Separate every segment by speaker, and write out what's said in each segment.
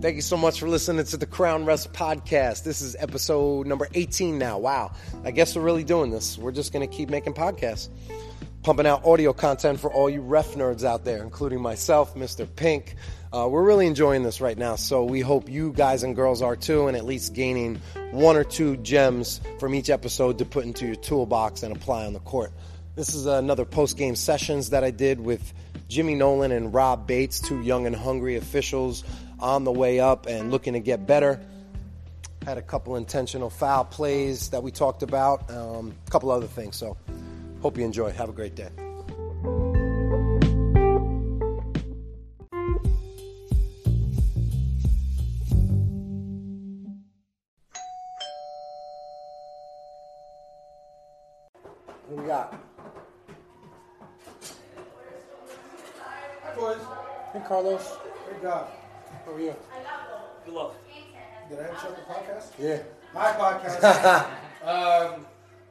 Speaker 1: Thank you so much for listening to the Crown Rest podcast. This is episode number 18 now. Wow. I guess we're really doing this. We're just going to keep making podcasts, pumping out audio content for all you ref nerds out there, including myself, Mr. Pink. Uh, we're really enjoying this right now, so we hope you guys and girls are too, and at least gaining one or two gems from each episode to put into your toolbox and apply on the court. This is another post game sessions that I did with Jimmy Nolan and Rob Bates, two young and hungry officials on the way up and looking to get better. Had a couple intentional foul plays that we talked about, um, a couple other things. So, hope you enjoy. Have a great day. Who we got? Hi, boys. Hey, Carlos.
Speaker 2: Hey, God.
Speaker 1: How are you?
Speaker 3: Good luck.
Speaker 2: Did I interrupt the podcast?
Speaker 1: Yeah.
Speaker 2: My podcast. um,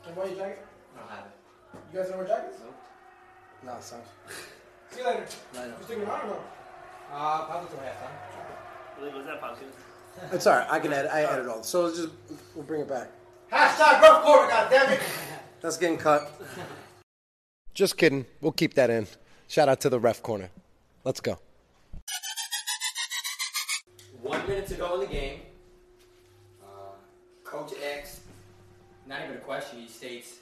Speaker 2: anybody your jacket? You guys don't wear jackets?
Speaker 1: Nah, son.
Speaker 2: See you later.
Speaker 1: Later.
Speaker 2: You sticking around or no? Uh, probably till halftime.
Speaker 3: What was that podcast?
Speaker 1: It's all right. I can edit. I edit all. So it's just we'll bring it back.
Speaker 2: Hashtag rough court, goddammit.
Speaker 1: That's getting cut. just kidding. We'll keep that in. Shout out to the ref corner. Let's go.
Speaker 4: One minute to go in the game. Um, Coach X, not even a question, he states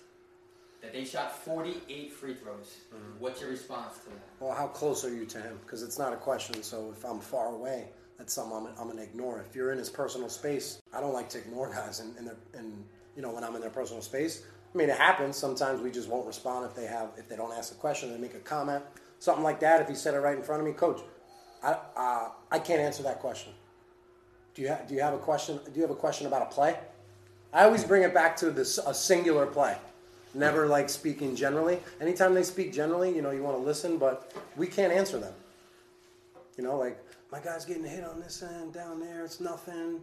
Speaker 4: that they shot 48 free throws.
Speaker 1: Mm-hmm.
Speaker 4: What's your response to that?
Speaker 1: Well, how close are you to him? Because it's not a question. So if I'm far away, that's something I'm, I'm gonna ignore. If you're in his personal space, I don't like to ignore guys. And and, and you know when I'm in their personal space, I mean it happens. Sometimes we just won't respond if they have if they don't ask a question. They make a comment, something like that. If he said it right in front of me, coach, I uh, I can't answer that question. Do you ha- do you have a question? Do you have a question about a play? I always bring it back to this a singular play. Never like speaking generally. Anytime they speak generally, you know, you want to listen, but we can't answer them. You know, like my guy's getting hit on this end down there. It's nothing.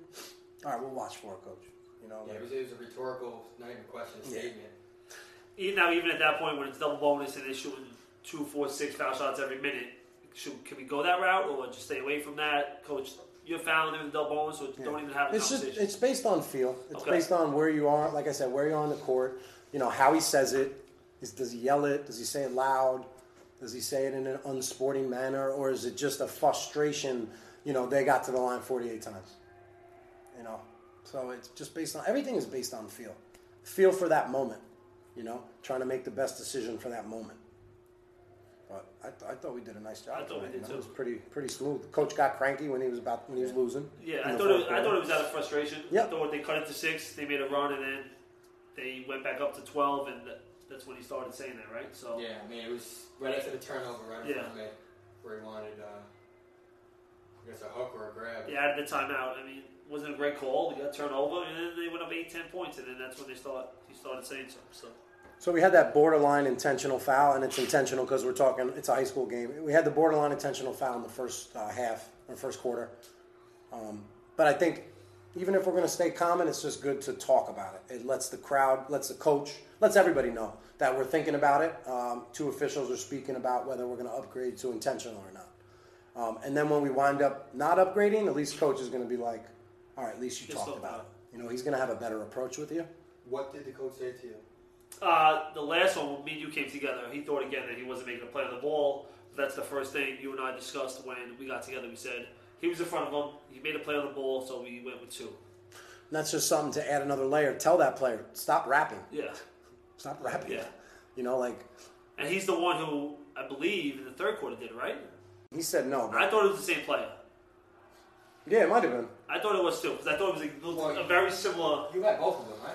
Speaker 1: All right, we'll watch for it, coach. You know,
Speaker 4: Yeah,
Speaker 1: like,
Speaker 4: it was, it was a rhetorical, not even a question, a statement.
Speaker 3: Even E, now, even at that point, when it's double bonus and they're shooting two, four, six foul shots every minute, should, can we go that route or just stay away from that? Coach, you're fouling them in the double bonus, or don't even have a
Speaker 1: it's just
Speaker 3: conversation.
Speaker 1: it's based on feel. It's
Speaker 3: Okay.
Speaker 1: based on where you are. Like I said, where you are on the court. You know how he says it. Is, does he yell it? Does he say it loud? Does he say it in an unsporting manner, or is it just a frustration? You know, they got to the line forty-eight times. You know, so it's just based on everything is based on feel. Feel for that moment. You know, trying to make the best decision for that moment. But I, th- I thought we did a nice job.
Speaker 3: I thought we
Speaker 1: tonight,
Speaker 3: did
Speaker 1: you know?
Speaker 3: too.
Speaker 1: It was pretty pretty smooth. Coach got cranky when he was about when he was losing.
Speaker 3: yeah,
Speaker 1: in
Speaker 3: I
Speaker 1: the
Speaker 3: thought, it was,
Speaker 1: fourth
Speaker 3: I thought
Speaker 1: quarter.
Speaker 3: it was out of frustration.
Speaker 1: Yeah.
Speaker 3: I thought they cut it to six, they made a run, and then they went back up to 12, and that- that's when he started saying that, right? So,
Speaker 4: Yeah, I mean, it was right after the turnover, right in
Speaker 3: Yeah.
Speaker 4: front of me, where he wanted, uh, I guess, a hook or a grab.
Speaker 3: yeah, out of the timeout, I mean, wasn't a great call. They got turned over, and then they went up eight, ten points, and then that's when they start, he started saying something. So,
Speaker 1: So we had that borderline intentional foul, and it's intentional because we're talking. It's a high school game. We had the borderline intentional foul in the first uh, half or first quarter. Um, but I think even if we're going to stay calm, and it's just good to talk about it. It lets the crowd, lets the coach, lets everybody know that we're thinking about it. Um, two officials are speaking about whether we're going to upgrade to intentional or not. Um, and then when we wind up not upgrading, at least coach is going to be like, "All right, at least you
Speaker 3: Just
Speaker 1: talked
Speaker 3: talk
Speaker 1: about
Speaker 3: about
Speaker 1: it." You know, he's going to have a better approach with you.
Speaker 4: What did the coach say to you?
Speaker 3: Uh, the last one, me and you came together. He thought again that he wasn't making a play on the ball. That's the first thing you and I discussed when we got together. We said he was in front of him. He made a play on the ball, so we went with two.
Speaker 1: And that's just something to add another layer. Tell that player, stop rapping.
Speaker 3: Yeah,
Speaker 1: Stop rapping.
Speaker 3: Yeah.
Speaker 1: You know, like
Speaker 3: and he's the one who I believe in the third quarter did it, right.
Speaker 1: he said no. But
Speaker 3: I thought it was the same player.
Speaker 1: yeah, it might have been.
Speaker 3: I thought it was two because I thought it was a, a very similar.
Speaker 4: You had both of them, right?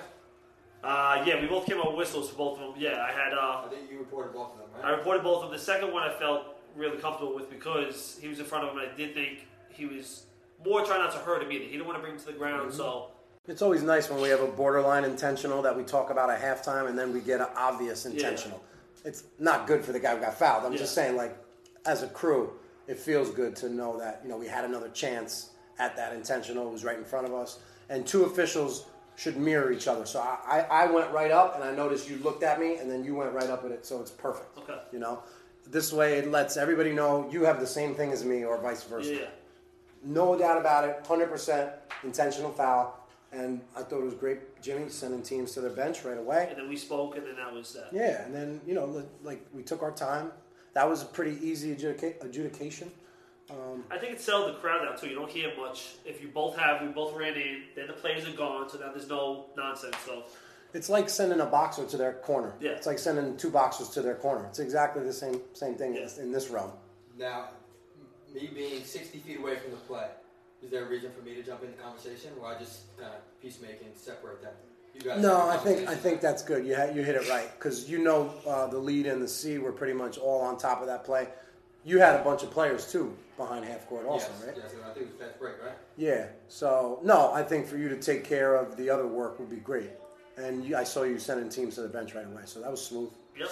Speaker 3: Uh, yeah, we both came up with whistles for both of them. Yeah, I had. Uh,
Speaker 4: I think you reported both of them,
Speaker 3: I
Speaker 4: right?
Speaker 3: reported both of them. The second one I felt really comfortable with because he was in front of him. and I did think he was more trying not to hurt him either. He didn't want to bring him to the ground, so.
Speaker 1: It's always nice when we have a borderline intentional that we talk about at halftime, and then we get an obvious intentional. It's not good for the guy who got fouled. I'm
Speaker 3: Yeah.
Speaker 1: just saying, like as a crew, it feels good to know that you know we had another chance at that intentional. It was right in front of us, and two officials should mirror each other. So I, I, I went right up, and I noticed you looked at me, and then you went right up at it. So it's perfect.
Speaker 3: Okay.
Speaker 1: You know, this way it lets everybody know you have the same thing as me, or vice versa.
Speaker 3: Yeah.
Speaker 1: no doubt about it, 100% intentional foul. And I thought it was great, Jimmy, sending teams to their bench right away.
Speaker 3: And then we spoke, and then that was that.
Speaker 1: Yeah, and then you know, li- like we took our time. That was a pretty easy adjudica- adjudication.
Speaker 3: I think it settled the crowd down too. You don't hear much. If you both have, we both ran in. Then the players are gone, so now there's no nonsense. So
Speaker 1: It's like sending a boxer to their corner.
Speaker 3: Yeah.
Speaker 1: It's like sending two boxers to their corner. It's exactly the same same thing
Speaker 3: Yeah.
Speaker 1: in- in this realm.
Speaker 4: Now, m- me being 60 feet away from the play, is there a reason for me to jump in the conversation, or I just kind of peacemake and separate them? You guys
Speaker 1: No,
Speaker 4: have the
Speaker 1: I think I
Speaker 4: conversation.
Speaker 1: think that's good. You ha- you hit it right because you know uh, the lead and the C were pretty much all on top of that play. You had a bunch of players too behind half court, also,
Speaker 4: yes,
Speaker 1: right?
Speaker 4: yes, and I think it's fast break, right?
Speaker 1: Yeah. So no, I think for you to take care of the other work would be great. And you, I saw you sending teams to the bench right away, so that was smooth.
Speaker 3: yep,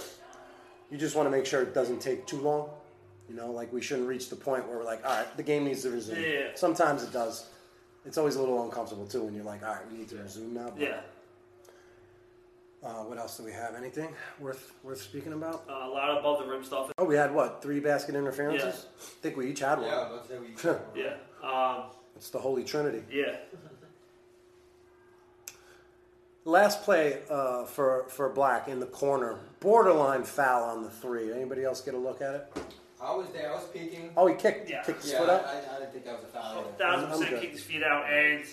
Speaker 1: You just want to make sure it doesn't take too long. You know, like we shouldn't reach the point where we're like, all right, the game needs to resume.
Speaker 3: Yeah.
Speaker 1: Sometimes it does. It's always a little uncomfortable too when you're like, all right, we need to resume now. but-
Speaker 3: yeah.
Speaker 1: Uh, what else do we have? Anything worth worth speaking about?
Speaker 3: Uh, a lot above the rim stuff.
Speaker 1: Oh, we had what? Three basket interferences? I think we each had one.
Speaker 4: Yeah, let's say we.
Speaker 3: Yeah, um,
Speaker 1: It's the Holy Trinity.
Speaker 3: yeah.
Speaker 1: Last play uh, for, for Black in the corner. Borderline foul on the three. Anybody else get a look at it?
Speaker 4: I was there. I was peeking.
Speaker 1: Oh, he kicked,
Speaker 3: Yeah.
Speaker 1: kicked his
Speaker 4: yeah,
Speaker 1: foot
Speaker 4: I,
Speaker 1: up?
Speaker 4: I, I didn't think that was a foul. either.
Speaker 3: thousand
Speaker 1: Oh, I'm- I'm
Speaker 3: percent
Speaker 1: good.
Speaker 3: kicked his feet out, and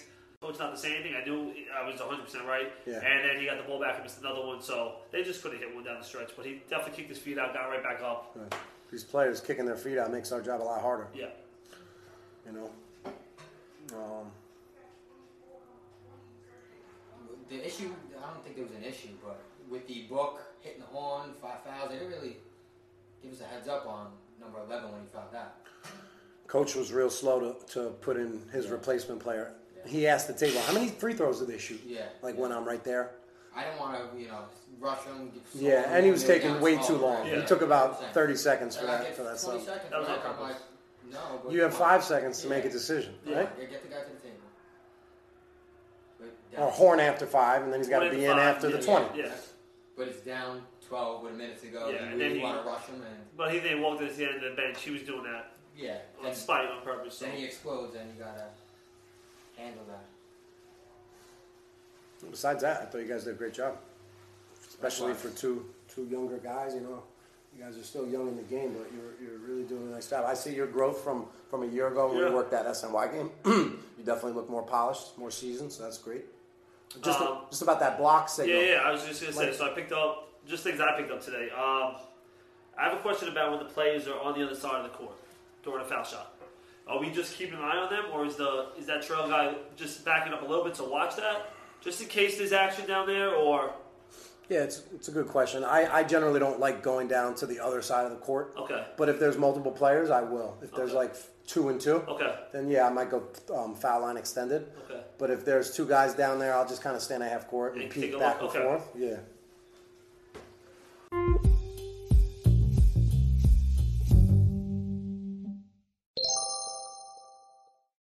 Speaker 3: oh, it's not the same thing. I knew I was one hundred percent right.
Speaker 1: Yeah.
Speaker 3: And then he got the ball back and missed another one, so they just could have hit one down the stretch. But he definitely kicked his feet out, got right back up.
Speaker 1: Uh, These players kicking their feet out makes our job a lot harder,
Speaker 3: Yeah,
Speaker 1: you know? Um,
Speaker 4: The issue, I don't think there was an issue, but with the book hitting the horn, five fouls, they didn't really give us a heads up on number 11 when he fouled out.
Speaker 1: coach was real slow to, to put in his replacement player. He asked the table, how many free throws did they shoot?
Speaker 4: Yeah.
Speaker 1: Like when I'm right there?
Speaker 4: I didn't want to, you know, rush him. Get someone
Speaker 1: Yeah, and he was
Speaker 4: they were
Speaker 1: taking
Speaker 4: down
Speaker 1: way
Speaker 4: 12,
Speaker 1: too long.
Speaker 4: right?
Speaker 1: He took about
Speaker 4: Exactly.
Speaker 1: 30 seconds for
Speaker 4: Like, I
Speaker 1: that
Speaker 4: get
Speaker 1: for that
Speaker 4: 20
Speaker 1: sub.
Speaker 4: seconds,
Speaker 3: That was
Speaker 4: right?
Speaker 3: on
Speaker 4: I'm
Speaker 3: purpose.
Speaker 4: like, no, but
Speaker 1: You have
Speaker 4: come
Speaker 1: five
Speaker 4: on.
Speaker 1: seconds to
Speaker 4: Yeah.
Speaker 1: make a decision,
Speaker 3: Yeah.
Speaker 1: right?
Speaker 4: Yeah, get the guy to the table. But down-
Speaker 1: Or horn after five, and then he's got to
Speaker 3: Horn
Speaker 1: be in
Speaker 3: after five,
Speaker 1: after the
Speaker 3: yeah.
Speaker 1: 20.
Speaker 3: yeah.
Speaker 4: But it's down 12 with a minute to go.
Speaker 3: Yeah,
Speaker 4: you
Speaker 3: and then
Speaker 4: really
Speaker 3: he-
Speaker 4: want to rush him, and
Speaker 3: But he then walked to the end of the bench. He was doing that
Speaker 4: yeah.
Speaker 3: on
Speaker 4: Then,
Speaker 3: spite on purpose. So
Speaker 4: then he explodes, and you got to handle that.
Speaker 1: Besides that, I thought you guys did a great job, especially for
Speaker 4: Likewise.
Speaker 1: two two younger guys. You know, you guys are still young in the game, but you're, you're really doing a nice job. I see your growth from from a year ago when we
Speaker 3: Yeah.
Speaker 1: worked that SNY game. you definitely look more polished, more seasoned, so that's great. Just
Speaker 3: Um,
Speaker 1: just about that block signal.
Speaker 3: Yeah, yeah. I was just gonna say.
Speaker 1: Like-
Speaker 3: so I picked up just things I picked up today. Um, I have a question about when the players are on the other side of the court during a foul shot. Are we just keeping an eye on them, or is the is that trail guy just backing up a little bit to watch that, just in case there's action down there? Or
Speaker 1: Yeah, it's, it's a good question. I, I generally don't like going down to the other side of the court.
Speaker 3: Okay.
Speaker 1: But if there's multiple players, I will. If there's
Speaker 3: Okay.
Speaker 1: like two and two,
Speaker 3: okay,
Speaker 1: then yeah, I might go um, foul line extended.
Speaker 3: okay,
Speaker 1: But if there's two guys down there, I'll just kind of stand at half court and
Speaker 3: And
Speaker 1: peek
Speaker 3: take a
Speaker 1: back and
Speaker 3: look. Okay.
Speaker 1: forth. Yeah.